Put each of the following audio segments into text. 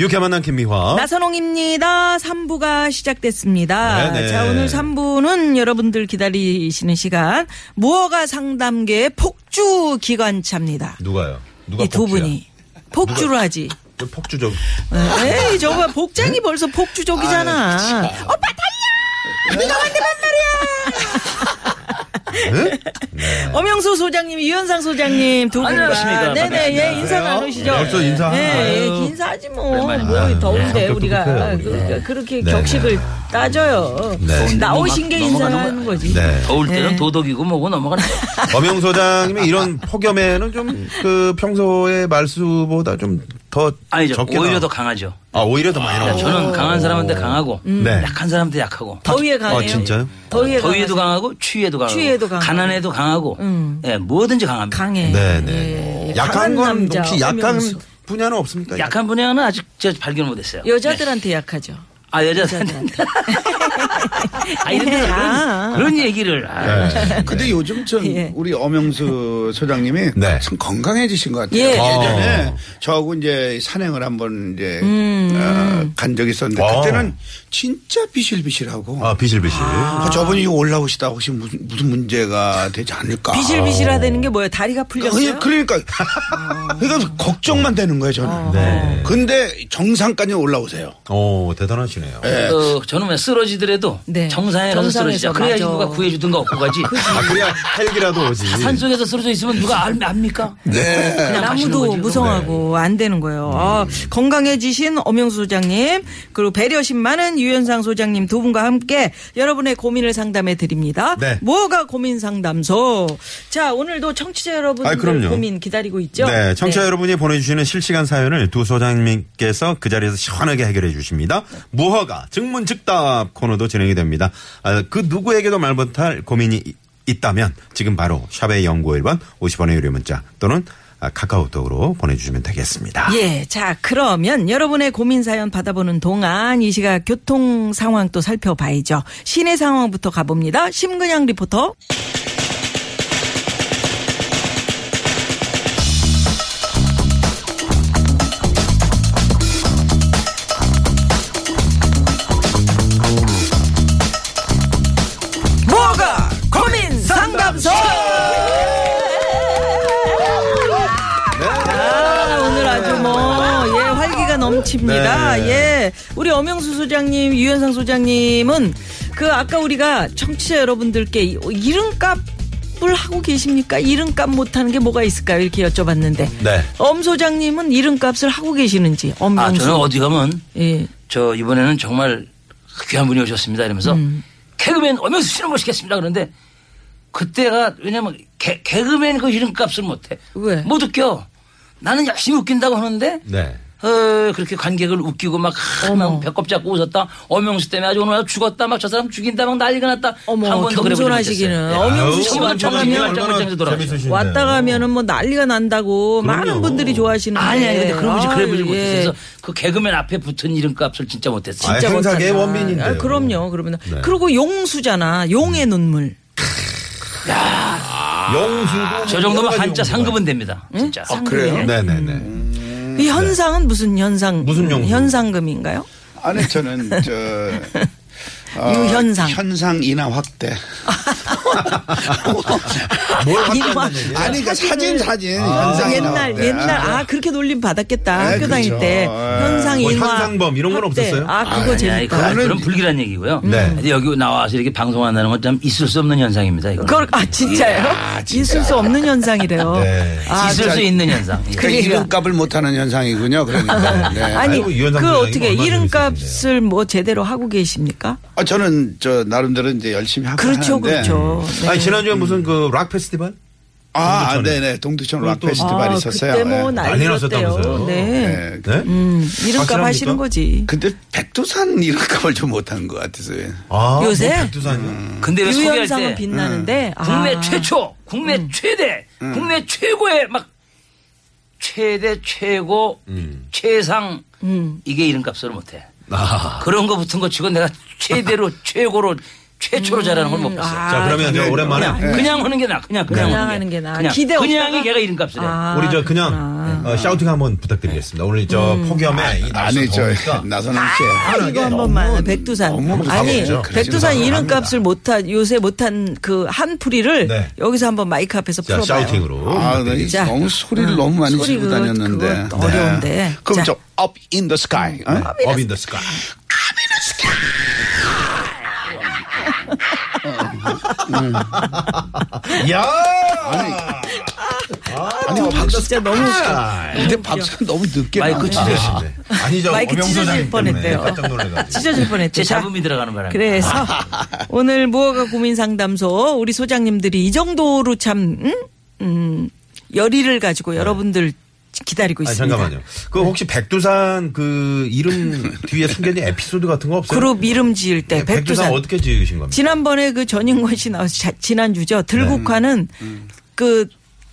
유쾌 만난 김미화. 나선홍입니다. 3부가 시작됐습니다. 네네. 자, 오늘 3부는 여러분들 기다리시는 시간 무허가 상담계의 폭주 기관차입니다. 누가요? 누가 이 두 폭주야? 분이 폭주를 하지. 왜 폭주적. 에이, 저거 복장이 벌써 폭주족이잖아. 네. 오빠 달려! 네가 만든 네? 말 말이야! 엄영수 소장님, 유현상 소장님 두 분과 안녕하십니까. 네네 반갑습니다. 예 인사 나누시죠. 벌써 인사하나? 예, 예 아유. 인사하지 뭐. 오랜만에 뭐 만나요. 더운데 성격도 우리가 급해요, 그- 우리가. 그- 그렇게 네. 격식을 따져요. 음, 네. 나오신 게 넘어가- 인사하는 거지. 네. 더울 때는 도덕이고 뭐고 넘어가는 거야. 엄영 소장님이 이런 폭염에는 좀 그 평소의 말수보다 좀 더 아니죠. 적게 오히려 나와. 더 강하죠. 아 오히려 더 많이 나와. 저는 강한 사람한테 강하고 네. 약한 사람한테 약하고 음. 더위에 강해요. 아 진짜요? 더위에 더위에도 강하죠. 강하고 추위에도 강하고 추위에도 강하고. 가난에도 강하고 음. 예, 뭐든지 강합니다. 강해. 네네. 예, 약한 강한 건 남자, 혹시 약한 네. 엄영수. 분야는 없습니까? 약한 분야는 아직 제가 발견 못했어요. 여자들한테 약하죠. 아 여자들한테. 아 이런 데서 야. 그런, 그런 얘기를 아, 네. 근데 요즘 전 예. 우리 엄영수 소장님이 네. 참 건강해지신 것 같아요. 그 예. 예전에 어. 저하고 이제 산행을 한번 이제 음. 어, 간 적이 있었는데 어. 그때는 진짜 비실비실하고 아 비실비실. 아, 저분이 이거 올라오시다 혹시 무슨, 무슨 문제가 되지 않을까. 비실비실하다는 게 뭐예요? 다리가 그냥 아, 풀렸어요? 그러니까 아. 그러니까 걱정만 되는 거예요 어. 저는. 네. 근데 정상까지 올라오세요. 오 대단하시네요. 아, 어, 저는 왜 쓰러지더라도 네. 정상에 가서 쓰러지자. 정상에서, 그래야 맞아. 누가 구해주든가 없고 가지. 아, 아 그래야 헬기라도 오지. 산 속에서 쓰러져 있으면 누가 알- 압니까? 네. 아, 그냥 가시는 나무도 거지. 무성하고 네. 안 되는 음. 거예요. 아, 건강해지신 엄영수 소장님 그리고 배려심 많은 유현상 소장님 두 분과 함께 여러분의 고민을 상담해 드립니다. 네. 뭐가 고민 상담소? 자 오늘도 청취자 아이, 여러분들 그럼요. 고민 기다리고 있죠. 네, 청취자 여러분이 보내주시는 실시간 사연을 두 소장님께서 그 자리에서 시원하게 해결해 주십니다. 무허가 증문즉답 코너도 진행이 됩니다. 아, 그 누구에게도 말 못할 고민이 이- 있다면 지금 바로 샵의 연구 1번 50원의 유료 문자 또는 아, 카카오톡으로 보내주시면 되겠습니다. 예, 자 그러면 여러분의 고민 사연 받아보는 동안 이 시각 교통 상황 또 살펴봐야죠. 시내 상황부터 가봅니다. 심근양 리포터. 뭐가 고민 상담소. 아, 오늘 아주 뭐, 예, 활기가 넘칩니다. 네. 예. 우리 엄영수 소장님, 유현상 소장님은 그 아까 우리가 청취자 여러분들께 이- 이름값을 하고 계십니까? 이름값 못하는 게 뭐가 있을까요? 이렇게 여쭤봤는데. 네. 엄 소장님은 이름값을 하고 계시는지, 아, 저는 엄영수. 어디 가면 예. 저 이번에는 정말 귀한 분이 오셨습니다 이러면서 음. 개그맨 엄영수 씨를 모시겠습니다 그런데 그때가 왜냐면 개, 개그맨 그 이름값을 못해 왜? 못 웃겨 나는 열심히 웃긴다고 하는데 네. 어, 그렇게 관객을 웃기고 막, 하, 막 어머. 배꼽 잡고 웃었다 엄영수 때문에 아주 오늘 아주 죽었다 막 저 사람 죽인다 막 난리가 났다 어머, 한 번도 그래 보지 겸손하시기는. 못했어요. 네. 엄영수 아유, 씨만 엄영수 정말 씨는 정말 얼마나 정말 돌아가셨어요. 재밌으신데요. 왔다 가면은 뭐 난리가 난다고 그럼요. 많은 분들이 좋아하시는 예. 아니 아니 근데 그런 거지 그래 보지 못했어요 요 그래서 그 개그맨 앞에 붙은 이름값을 진짜 못했어요 아이, 진짜 행사계의 못한다. 원빈인데요. 아, 그럼요. 그러면 네. 그리고 용수잖아. 용의 눈물. 아, 영수도 저 정도면 한자 상급은 됩니다 진짜 그래요? 음. 네네네. 이 현상은 무슨 현상? 무슨 용수? 현상금인가요? 안에 저는 저 어, 유현상. 현상 인하 확대. 뭘 이놈아. 확인하는 얘기예요? 아니 그러니까 사진 사진 아, 현상 인하 아, 옛날 네. 확대. 옛날 아 그렇게 놀림 받았겠다 네, 학교 다닐 그렇죠. 때 네. 현상 뭐 인화 현상범 이런 건 확대. 없었어요? 아 그거 아니, 아니, 재밌다. 그건 그런 불길한 얘기고요. 네. 근데 여기 나와서 이렇게 방송한다는 건 참 있을 수 없는 현상입니다. 이거. 그걸 아 진짜요? 있을 수 없는 현상이래요. 네. 아, 있을 그- 수 있는 현상. 예. 그러니까 그러니까. 이름값을 못하는 현상이군요. 그러니까. 네. 아니 아이고, 유현상 그 소장님 어떻게 얼마나 이름값을 뭐 제대로 하고 계십니까? 아, 저는 저 나름대로 이제 열심히 하고 그렇죠, 하는데. 그렇죠. 네. 아니 지난주에 무슨 그 락 페스티벌? 아, 동두천에. 네네. 동두천 락 또- 페스티벌 있었어요. 그때 뭐 예. 난리 난리 네. 났었다면서요. 났대요. 네. 예. 네? 음, 이름값 확실합니까? 하시는 거지. 근데 백두산 이름값을 좀 못한 것 같아서요. 아, 요새? 음. 뭐 백두산이요. 근데 왜그 소개할 유현상은 때 음. 빛나는데 아. 음. 국내 최초, 국내 최대, 국내 최고의 막 최대 최고 최상 음. 이게 이름값을 못해. 아. 그런 거 붙은 거 치고 내가 최대로 최고로 최초로 잘하는 걸 못 봤어. 아, 네. 자, 그러면 저 그냥- 오랜만에 그냥 그냥 하는 게 나. 그냥 그냥, 그냥 하는 게 하는 게 나아. 그냥 기대 없다가- 그냥이 걔가 이름값을 해. 아, 우리 저 그냥 어, 샤우팅 한번 부탁드리겠습니다. 오늘 저 음. 폭염에 아, 이 안 날씨 했죠. 더우니까 네. 나서는 씨. 이거 한 번만 백두산 너무 아니 무섭죠. 백두산 그렇죠. 이름값을 못한 요새 못한 그 한풀이를 네. 여기서 한번 마이크 앞에서 자, 풀어봐요. 샤우팅으로. 아, 네. 진짜. 너무 소리를 너무 많이 음, 소리 지르고 그거- 다녔는데. 네. 그거 어려운데. 자. 음, 그럼 저 up in the sky. 어? 어빈더 스카. 야! 아니, 박수 뭐 진짜 너무 근데 박수가 너무 늦게 마이크 나오네. 치죠. 아, 네. 아니 저 마이크 오명소 찢어질 장님 때문에 뻔했대요. 깜짝 놀래가지고. 아, 찢어질 뻔했대. 제 자, 잡음이 들어가는 바람에. 그러니까? 그래서 오늘 무허가 고민 상담소 우리 소장님들이 이 정도로 참 음? 음, 열의를 가지고 여러분들 기다리고 아 있습니다. 잠깐만요. 그 혹시 백두산 그 이름 뒤에 숨겨진 에피소드 같은 거 없어요? 그룹 이름 지을 네, 때 백두산 어떻게 지으신 겁니까? 지난번에 그 전인권 씨 나와서 자- 지난주죠. 들국화는 네. 음. 그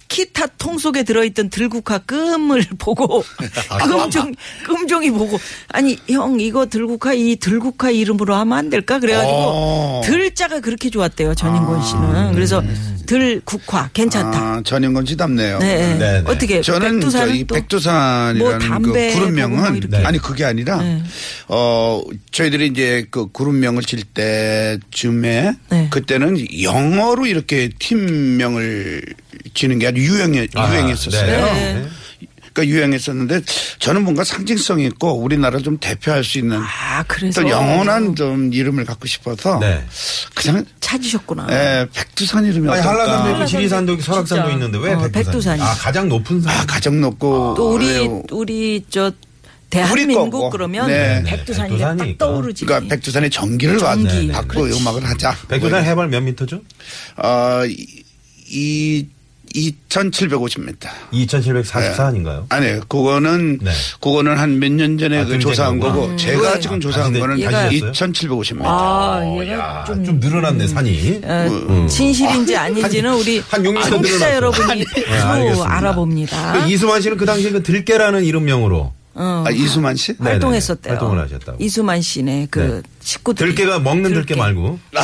키타 통 속에 들어있던 들국화 끔을 보고 아, 끔종 끔종이 보고 아니 형 이거 들국화 이 들국화 이름으로 하면 안 될까 그래가지고 어. 네. 들자가 그렇게 좋았대요 전인권 씨는 그래서 들국화 괜찮다. 아, 전현건 씨답네요. 네, 네. 네, 네. 어떻게 저는 저이 백두산은 또 백두산이라는 뭐 담배 그 보고 뭐 구름명은 이렇게. 네. 아니 그게 아니라 어 저희들이 이제 그 구름명을 칠 때쯤에 네. 그때는 영어로 이렇게 팀명을 지는 게 아주 유행해 유행했었어요. 네. 그러니까 유행했었는데 저는 뭔가 상징성 이 있고 우리나라를 좀 대표할 수 있는 아 그래서 또 영원한 좀 이름을 갖고 싶어서 네. 그냥 찾으셨구나. 에, 백두산 이름이 아니 한라산도 있고 어떨까? 지리산도 있고 설악산도 진짜. 있는데 왜 어, 백두산? 백두산이. 아 가장 높은 산. 아, 가장 높고 예, 또 우리 어려워. 우리 저 대한민국 아, 네. 거고. 그러면 네. 백두산이 딱 백두산이니까. 떠오르지. 음. 그러니까 백두산의 전기를 전기. 받- 받고 음악을 하자. 네, 백두산 해발 몇 미터죠? 어, 이- 이 2,750m. 2,744 아닌가요? 아니, 그거는 네. 그거는 한 몇 년 전에 아, 그 조사한 등장한 거고 거구나. 제가 음. 지금 아, 조사한 다시 거는 다시 됐어요? 2,750m. 아, 어, 얘가 야, 좀, 늘어났네 산이. 어, 음. 진실인지 아닌지는 우리 한 용인 청취자 정도는 여러분이 네, 서로 알겠습니다. 알아봅니다. 그 이수만 씨는 그 당시에 그 들깨라는 이름명으로 어, 아, 이수만 씨? 네네네. 활동했었대요. 활동을 하셨다고. 이수만 씨네 그 식구들. 들깨가 먹는 들깨, 말고. 네.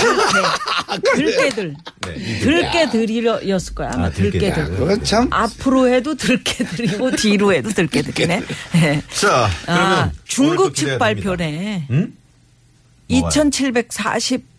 들깨들. 네, 이 들깨들이었을 거야. 아마 아, 들깨들. 들깨들. 그거 참 아, 아, 앞으로 해도 들깨들이고 뒤로 해도 들깨들이네. 네. 자, 그러면 아, 오늘 또 기대가 중국 측 됩니다. 발표네. 응? 2740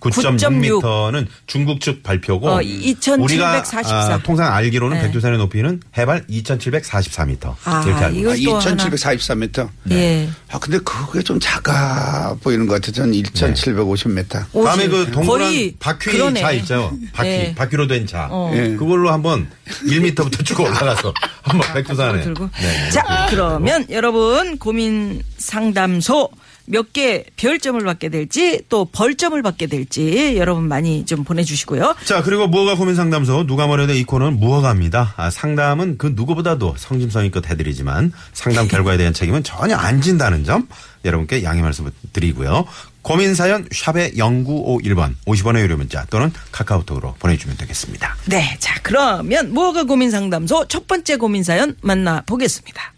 9.6. 9.6m는 중국 측 발표고 어, 2744. 우리가 아, 통상 알기로는 백두산의 높이는 해발 2,744m 아, 이렇게 알고 이거- 있습니다. 아, 이것도 2,744m. 네. 예. 아, 근데 그게 좀 작아 보이는 것 같아요. 네. 저는 2,750m. 다음에 오지. 그 동그란 거의 바퀴 그러네. 자 있죠. 바퀴 네. 바퀴로 된 차. 예. 그걸로 한번 1m부터 쭉 올라가서 한번 백두산에. 들고. 네. 자, 그러면 여러분 고민 상담소 몇 개 별점을 받게 될지 또 벌점을 받게 될지 여러분 많이 좀 보내주시고요. 자 그리고 무허가 고민 상담소 누가 뭐래도 이 코너는 무허가입니다. 아, 상담은 그 누구보다도 성심성의껏 해드리지만 상담 결과에 대한 책임은 전혀 안 진다는 점 여러분께 양해 말씀드리고요. 고민 사연 샵의 0951번 50원의 유료 문자 또는 카카오톡으로 보내주면 되겠습니다. 네, 자 그러면 무허가 고민 상담소 첫 번째 고민 사연 만나 보겠습니다.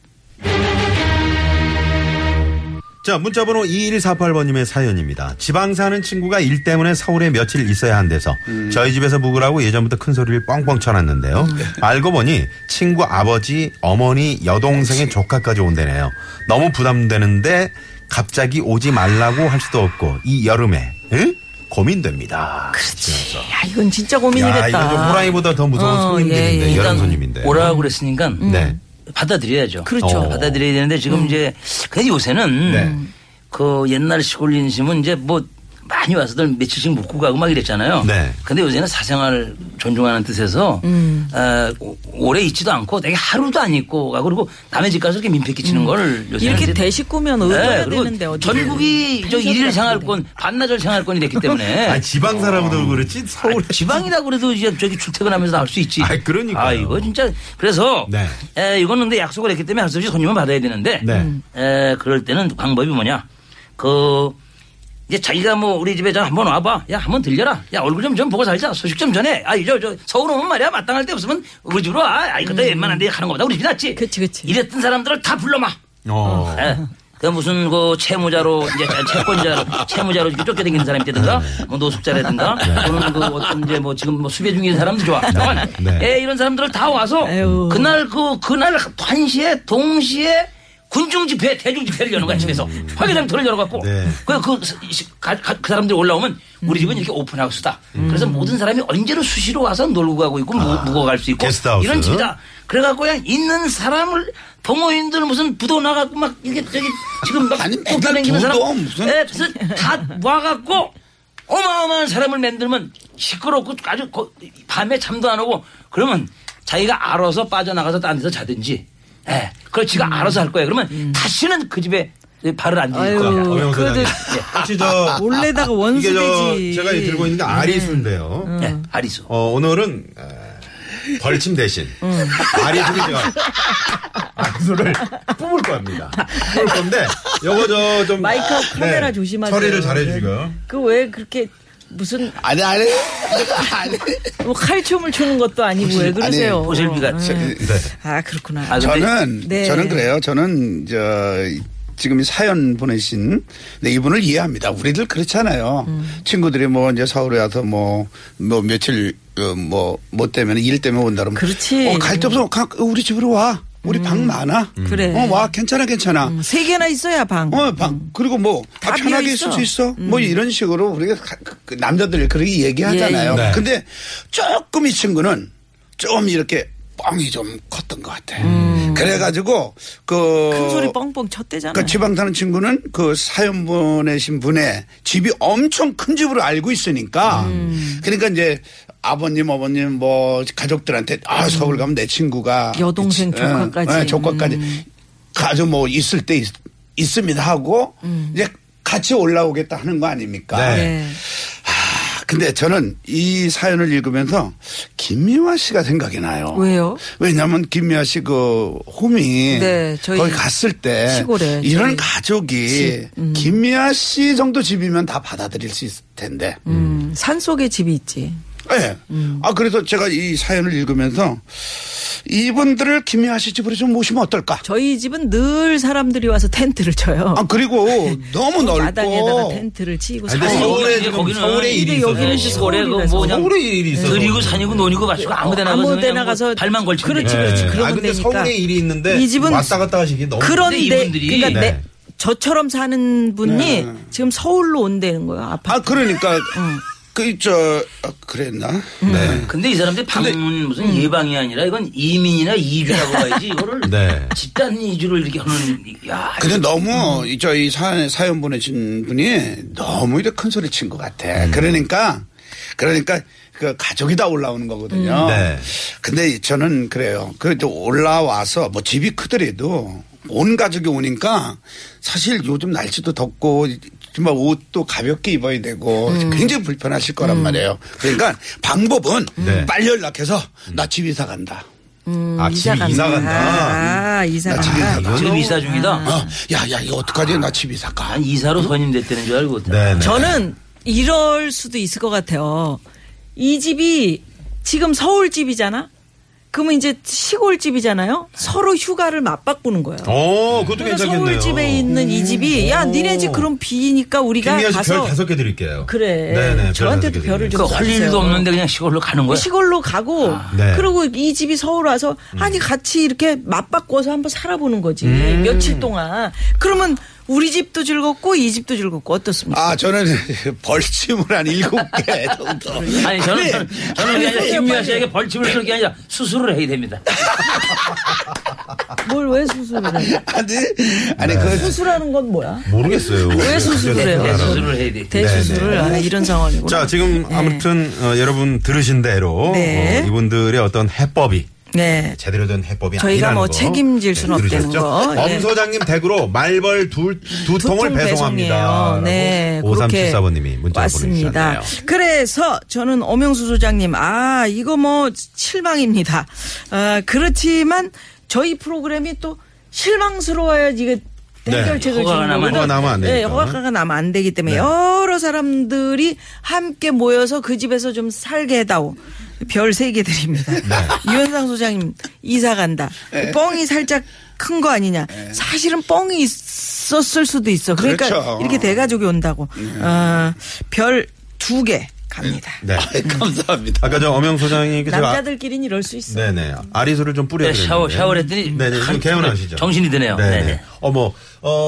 자, 문자번호 2148번님의 사연입니다. 지방 사는 친구가 일 때문에 서울에 며칠 있어야 한대서 음. 저희 집에서 묵으라고 예전부터 큰 소리를 뻥뻥 쳐놨는데요. 네. 알고 보니 친구 아버지, 어머니, 여동생의 조카까지 온대네요. 너무 부담되는데 갑자기 오지 말라고 할 수도 없고 이 여름에 응? 고민됩니다. 그렇지. 야, 이건 진짜 고민이겠다. 야, 이거 좀 호랑이보다 더 무서운 어, 손님들인데, 예, 예. 네, 여름 손님인데. 오라고 그랬으니까 네. 받아들여야죠. 그렇죠. 음. 어. 받아들여야 되는데 지금 이제 근데 요새는 네. 그 옛날 시골 인심은 이제 뭐 많이 와서들 며칠씩 묵고 가고 막 이랬잖아요. 네. 근데 요새는 사생활 존중하는 뜻에서 음. 어, 오- 오래 있지도 않고 되게 하루도 안 있고 가고 그리고 남의 집 가서 이렇게 민폐 끼치는 걸 요새 음. 이렇게 대식구면 의도해야 되는데 어디 네, 전국이 저 일일 생활권 반나절 생활권이 됐기 때문에 아 지방 사람도 그렇지 서울 지방이다 그래도 이제 저기 출퇴근하면서 나올 수 있지. 아이, 그러니까요. 아 이거 진짜 그래서 네. 에, 이거는 근데 약속을 했기 때문에 할 수 없이 손님을 받아야 되는데 네. 음. 에, 그럴 때는 방법이 뭐냐 그 이제 자기가 뭐 우리 집에 저 한번 와봐 야 한번 들려라 야 얼굴 좀 좀 보고 살자 소식 좀 전해 아이저 저 서울 오면 말이야 마땅할 데 없으면 우리 집으로 와 아이 그때 웬만한 데 가는 거보다 우리 집이 낫지 음. 그치, 그치. 이랬던 사람들을 다 불러마 어. 예. 그 무슨 그 채무자로 이제 채권자로 채무자로 이렇게 쫓겨다니는 사람이 있다든가 네. 뭐 노숙자라든가 또는 그 어떤 이제 뭐 지금 뭐 수배 중인 사람도 좋아. 다만 네. 예, 이런 사람들을 다 와서 그날 그 그날 한시에 동시에 군중 집회, 대중 집회를 여는 거야 집에서 화개장터를 열어갖고 음. 네. 그그 그, 스- 시- 가- 가- 그 사람들이 올라오면 음. 우리 집은 이렇게 오픈하우스다. 그래서 모든 사람이 언제로 수시로 와서 놀고 가고 있고 무- 아. 묵어 갈 수 있고 게스트하우스. 뭐 이런 집이다. 그래갖고 그냥 있는 사람을 동호인들 무슨 부도 나갖고 막 이게 저기 지금 막 아니, 맨날 꼽다당기는 사람 부도 무슨. 예, 그래서 다 와갖고 어마어마한 사람을 만들면 시끄럽고 아주 거- 밤에 잠도 안 오고 그러면 자기가 알아서 빠져나가서 딴 데서 자든지 예, 그걸 지가 알아서 할 거예요. 그러면 다시는 그 집에 발을 안 음. 아유, 들일 거야. 음, 그래도 아, 혹시 저 이게 원래다가 저 원수되지. 네. 제가 이 들고 있는 게 아리수인데요. 예, 아리수. 어, 오늘은 에, 벌침 대신 음. 아리수를 제가 아리수를 뽑을 겁니다. 뽑을 건데 요거 저좀 아, 네. 마이크하고 카메라 조심하세요. 처리를 잘해주시고요. 그 왜 그렇게 무슨 아니 아니 아니. 네. 뭐 칼춤을 추는 것도 아니고 왜 그러세요? 어. 보슬비가 아 그렇구나. 아, 근데 저는 네. 저는 그래요. 저는 저 지금 이 사연 보내신 네, 이분을 이해합니다. 우리들 그렇잖아요. 음. 친구들이 뭐 이제 서울에 와서 뭐, 뭐 며칠 뭐뭐 때문에 일 때문에 온다 그러면 그렇지. 음. 어, 갈 데 없어. 가, 우리 집으로 와. 우리 방 많아. 그래. 음. 어, 와 괜찮아 괜찮아. 세 개나 있어야 방. 어, 방. 그리고 뭐, 다 다 편하게 비어있어. 음. 있을 수 있어. 뭐 이런 식으로 우리가 가- 그- 그 남자들 그렇게 얘기하잖아요. 예, 예. 네. 근데 조금 이 친구는 좀 이렇게 뻥이 좀 컸던 것 같아. 그래가지고, 그. 음. 큰 소리 뻥뻥 쳤대잖아. 그러니까 그 지방 사는 친구는 그 사연 보내신 분의 집이 엄청 큰 집으로 알고 있으니까 음. 그러니까 이제 아버님 어머님 뭐 가족들한테 아 서울 가면 내 친구가 여동생, 그 지- 응, 조카까지. 음. 응, 조카까지 가서 뭐 있을 때 있, 습니다 하고 음. 이제 같이 올라오겠다 하는 거 아닙니까? 네. 네. 아, 근데 저는 이 사연을 읽으면서 김미화 씨가 생각이 나요. 왜요? 왜냐하면 김미화 씨 그 홈이 네, 저희 거기 갔을 때 시골에 저희 이런 가족이 집, 음. 김미화 씨 정도 집이면 다 받아들일 수 있을 텐데. 음, 산 속에 집이 있지. 예. 아 그래서 제가 이 사연을 읽으면서 이분들을 김미화 씨 집으로 좀 모시면 어떨까? 저희 집은 늘 사람들이 와서 텐트를 쳐요. 아 그리고 어. 너무 넓고 마당에다가 텐트를 치고 아니, 근데 살고. 서울에 이제 지금 거기는 서울에 일이 근데 여기는 있어서. 이제 시골에 그 서울이라서. 뭐 그냥 서울에 일이 있어서. 뭐 들이고 산이고 논이고 마시고 아무데나 가서 아무데나 그냥 뭐 가서 그렇죠. 발만 걸치면 그렇지 돼요. 그렇지 그러면 아 근데 되니까. 서울에 일이 있는데 이 집은 왔다 갔다 하시기 너무 그런데 이분들이- 그러니까 네. 내, 저처럼 사는 분이 지금 서울로 온다는 거야. 아파. 아 그러니까 어. 그 저 그랬나? 네. 근데 이 사람들 이 방문 무슨 예방이 아니라 이건 이민이나 이주라고 봐야지 이거를 음. 네. 그 집단 이주를 이렇게 하는 이- 야 근데 너무 이 저희 사, 사연 보내신 분이 너무 이렇게 큰 소리 친 것 같아. 음. 그러니까 그러니까 그 가족이 다 올라오는 거거든요. 음. 네. 근데 저는 그래요. 그래도 올라와서 뭐 집이 크더라도 온 가족이 오니까 사실 요즘 날씨도 덥고 정말 옷도 가볍게 입어야 되고 굉장히 불편하실 거란 말이에요. 그러니까 방법은 네. 빨리 연락해서 나 집 이사 간다. 음, 아 집이 이사 간다. 아, 이사 나 집에 간다. 이사 지금 이사 중이다 음. 어, 야, 야, 이거 어떡하지? 나 집 이사 가. 난 이사로 선임됐다는 줄 알고 네. 네. 저는 이럴 수도 있을 것 같아요. 이 집이 지금 서울 집이잖아. 그러면 이제 시골 집이잖아요. 서로 휴가를 맞바꾸는 거예요. 어 그것도 그러니까 괜찮겠네요. 음. 서울 집에 있는 이 집이 야 니네 집 그럼 비니까 우리가 김미아 씨 별 가서 다섯 개 드릴게요. 그래. 네네. 저한테도 별을 좀 그할 주세요. 일도 없는데 그냥 시골로 가는 거야 시골로 가고 네. 음. 그리고 이 집이 서울 와서 아니 같이 이렇게 맞바꿔서 한번 살아보는 거지 며칠 동안 그러면 우리 집도 즐겁고 이 집도 즐겁고 어떻습니까? 아, 저는 벌침을 한 일곱 개 정도. 아니 저는 저는, 저는 그게 아니라 아니, 김미아 씨에게 벌침을 쏠게 아니라 수술을 해야 됩니다. 뭘 왜 수술을 해? 아니, 아니, 네. 그, 수술하는 건 뭐야? 모르겠어요. 왜 수술을 어쨌든 해요? 알아요. 네, 수술을 해야 돼. 네, 대수술을 아, 이런 상황이고. 자, 지금 아무튼 어, 여러분 들으신 대로 네. 어, 이분들의 어떤 해법이 네. 제대로 된 해법이 저희가 아니라는 뭐 거. 네, 책임질 수는 없다는 들으셨죠? 거. 네. 엄 소장님 댁으로 말벌 두, 두 두 통을 통 배송합니다. 배송이에요. 네, 그렇게 5374번님이 문자 왔습니다. 보내주셨네요. 그래서 저는 엄영수 소장님, 아 이거 뭐 실망입니다. 아, 그렇지만 저희 프로그램이 또 실망스러워야 이게 네, 해결책을 허가가 주는 나면 거고 허가가 나면 안 네, 되니까. 허가가 나면 안 되기 때문에 네. 여러 사람들이 함께 모여서 그 집에서 좀 살게 해다오. 별 세 개 드립니다. 네. 유현상 소장님 이사 간다. 뻥이 살짝 큰 거 아니냐. 사실은 뻥이 있었을 수도 있어. 네. 그러니까 그렇죠. 이렇게 대가족이 온다고. 어, 별 두 개 갑니다. 네. 감사합니다. 아까 저 엄영 소장님께 제가 남자들끼리는 이럴 수 있어. 네네 아리수를 좀 뿌려야 네, 샤워- 샤워를 했더니 네네 좀 한- 개운하시죠 정신이 드네요. 네네 네네. 어머 뭐,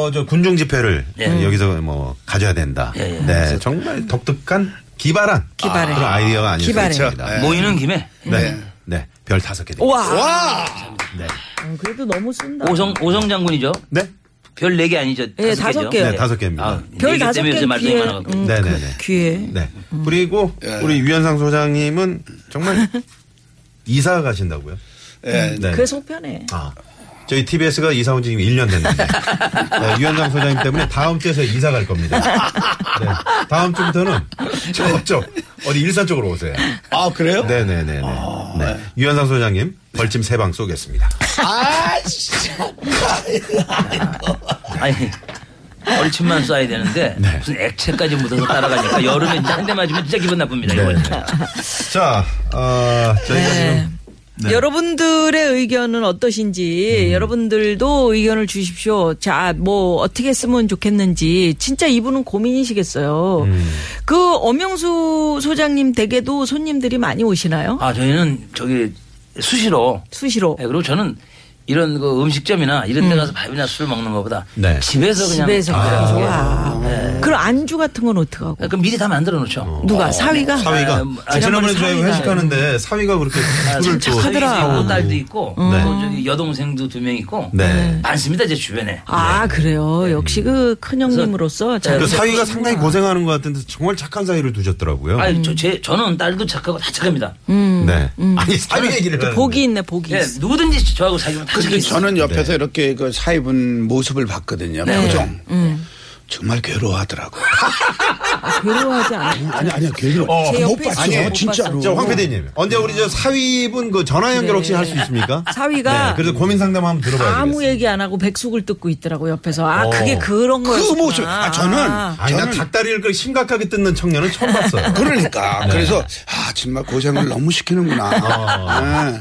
어저 군중 집회를 네. 여기서 뭐 가져야 된다 예, 예. 네 정말 독특한 기발한 기발해. 그런 아이디어가 아닐 수 기발해. 예. 있습니다 네. 네, 모이는 김에 네네별 다섯 개 드립니다. 와, 와! 네. 음, 그래도 너무 쓴다. 오성 오성 장군이죠. 네 별 네 개 아니죠? 아, 예, 다섯 개요. 네, 다섯 개입니다. 별 다섯 때문에 개 요새 말씀이 귀에, 많아갖고. 음, 네네네. 그 귀에. 네. 음. 그리고 예. 우리 유현상 소장님은 정말 이사 가신다고요? 예. 네. 그게 속편해. 아. 저희 TBS가 이사 온 지 지금 1년 됐는데. 네, 유현장 소장님 때문에 다음 주에서 이사 갈 겁니다. 네, 다음 주부터는 네. 저쪽, 어디 일산 쪽으로 오세요. 아, 그래요? 네네네네. 네. 유현상 소장님, 벌침 세 방 쏘겠습니다. 아, 아니 얼침만 쏴야 되는데 네. 무슨 액체까지 묻어서 따라가니까 여름에 진짜 한 대 맞으면 진짜 기분 나쁩니다. 네. 이거 자, 어, 저희가 지금. 여러분들의 의견은 어떠신지 여러분들도 의견을 주십시오. 자, 뭐 어떻게 쓰면 좋겠는지 진짜 이분은 고민이시겠어요. 그 엄영수 소장님 댁에도 손님들이 많이 오시나요? 아 저희는 저기 수시로 수시로. 네, 그리고 저는 이런 그 음식점이나 이런 데 가서 밥이나 술 먹는 것보다 네. 집에서 그냥 집에서 그냥 편하게. 좋아. 그럼 안주 같은 건 어떻게 하고? 예, 그럼 미리 다 만들어 놓죠. 누가 사위가? 사위가. 아, 아, 지난번에 네. 아, 저희 사위가. 회식하는데 사위가 그렇게 아, 술을 또. 고 뭐, 딸도 있고 음. 네. 또 저기 여동생도 두 명 있고 네. 많습니다 제 주변에. 아 그래요. 역시 그 큰형님으로서 잘 그 그래서 사위가 상당히 고생하는 것 같은데 정말 착한 사위를 두셨더라고요. 아니 음. 저, 제, 저는 딸도 착하고 다 착합니다. 네. 아니, 사위 얘기를. 하는데. 복이 있네 복이. 예, 있어. 누구든지 저하고 사귀면 그렇죠. 다 네. 근데 착해요. 저는 옆에서 이렇게 그 사이분 모습을 봤거든요. 표정. 음. 정말 괴로워하더라고요. 아, 괴로워하지 않아. 아니, 아니요, 괴로워. 제 어, 그 못 옆에 봤죠. 있어요. 못 진짜로. 저 황 PD님 언제 우리 저 사위분 그 전화 연결 혹시 네. 할 수 있습니까? 사위가 네, 그래서 고민 상담 한번 들어봐야 아무 되겠어요. 얘기 안 하고 백숙을 뜯고 있더라고 옆에서. 아 어. 그게 그런 그 거였구나. 모습. 아, 저는 아니 나 저는- 닭다리를 그 심각하게 뜯는 청년은 처음 봤어요. 그러니까. 그래서, 아, 정말 고생을 너무 시키는구나. 네.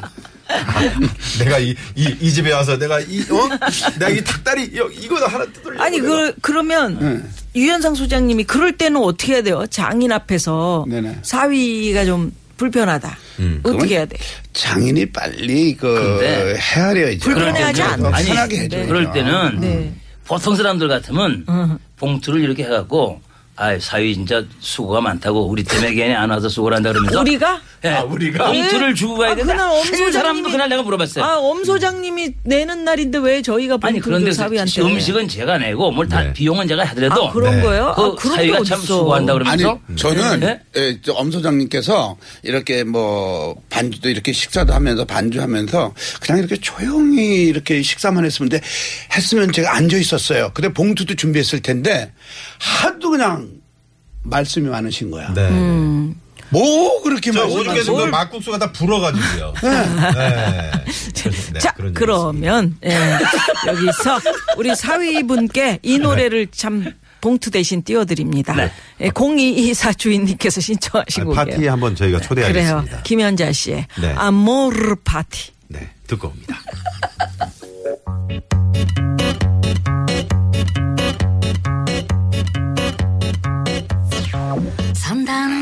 내가 이 이 이 집에 와서 내가 이 어? 내가 이 닭다리 여- 이거 하나 뜯으려고 아니 내가. 그 그러면 네. 유현상 소장님이 그럴 때는 어떻게 해야 돼요? 장인 앞에서 네네. 사위가 좀 불편하다. 음. 어떻게 해야 돼? 장인이 빨리 그 근데 헤아려야죠. 불편해하지 않아요. 아니, 편하게 해줘야죠. 그럴 때는 네. 보통 사람들 같으면 봉투를 이렇게 해갖고 아 사위 진짜 수고가 많다고 우리 때문에 괜히 안 와서 수고를 한다 그러면서 우리가 예, 아, 우리가? 봉투를 주고 가야 아, 된다. 그날 엄 한 사람도 소장님이 그날 내가 물어봤어요. 아, 엄 소장님이 내는 날인데 왜 저희가 아니 봉투를 그런데 사위한테 음식은 제가 내고 뭘 다 네. 비용은 제가 하더라도 아, 그런 거예요? 그 아, 그런 게 사위가 어딨어. 참 수고한다 네. 아니, 그러면서 저는 예? 예, 저엄 소장님께서 이렇게 뭐 반주도 이렇게 식사도 하면서 반주하면서 그냥 이렇게 조용히 이렇게 식사만 했으면 돼 했으면 제가 앉아 있었어요. 근데 봉투도 준비했을 텐데 하도 그냥 말씀이 많으신 거야. 네. 뭐 그렇게 저 말씀이 오죽해서 그 많으신 거야. 막국수가 다 불어가지고요. 네. 그래서, 네, 자, 그런 일이 그러면 예, 여기서 우리 사위분께 이 노래를 참 봉투 대신 띄워드립니다. 네. 예, 0224 주인님께서 신청하시고 있습니다. 아, 파티에 오게요. 한번 저희가 그래요. 초대하겠습니다. 김현자 씨의 네. 아모르 파티. 네, 듣고 옵니다. 선다는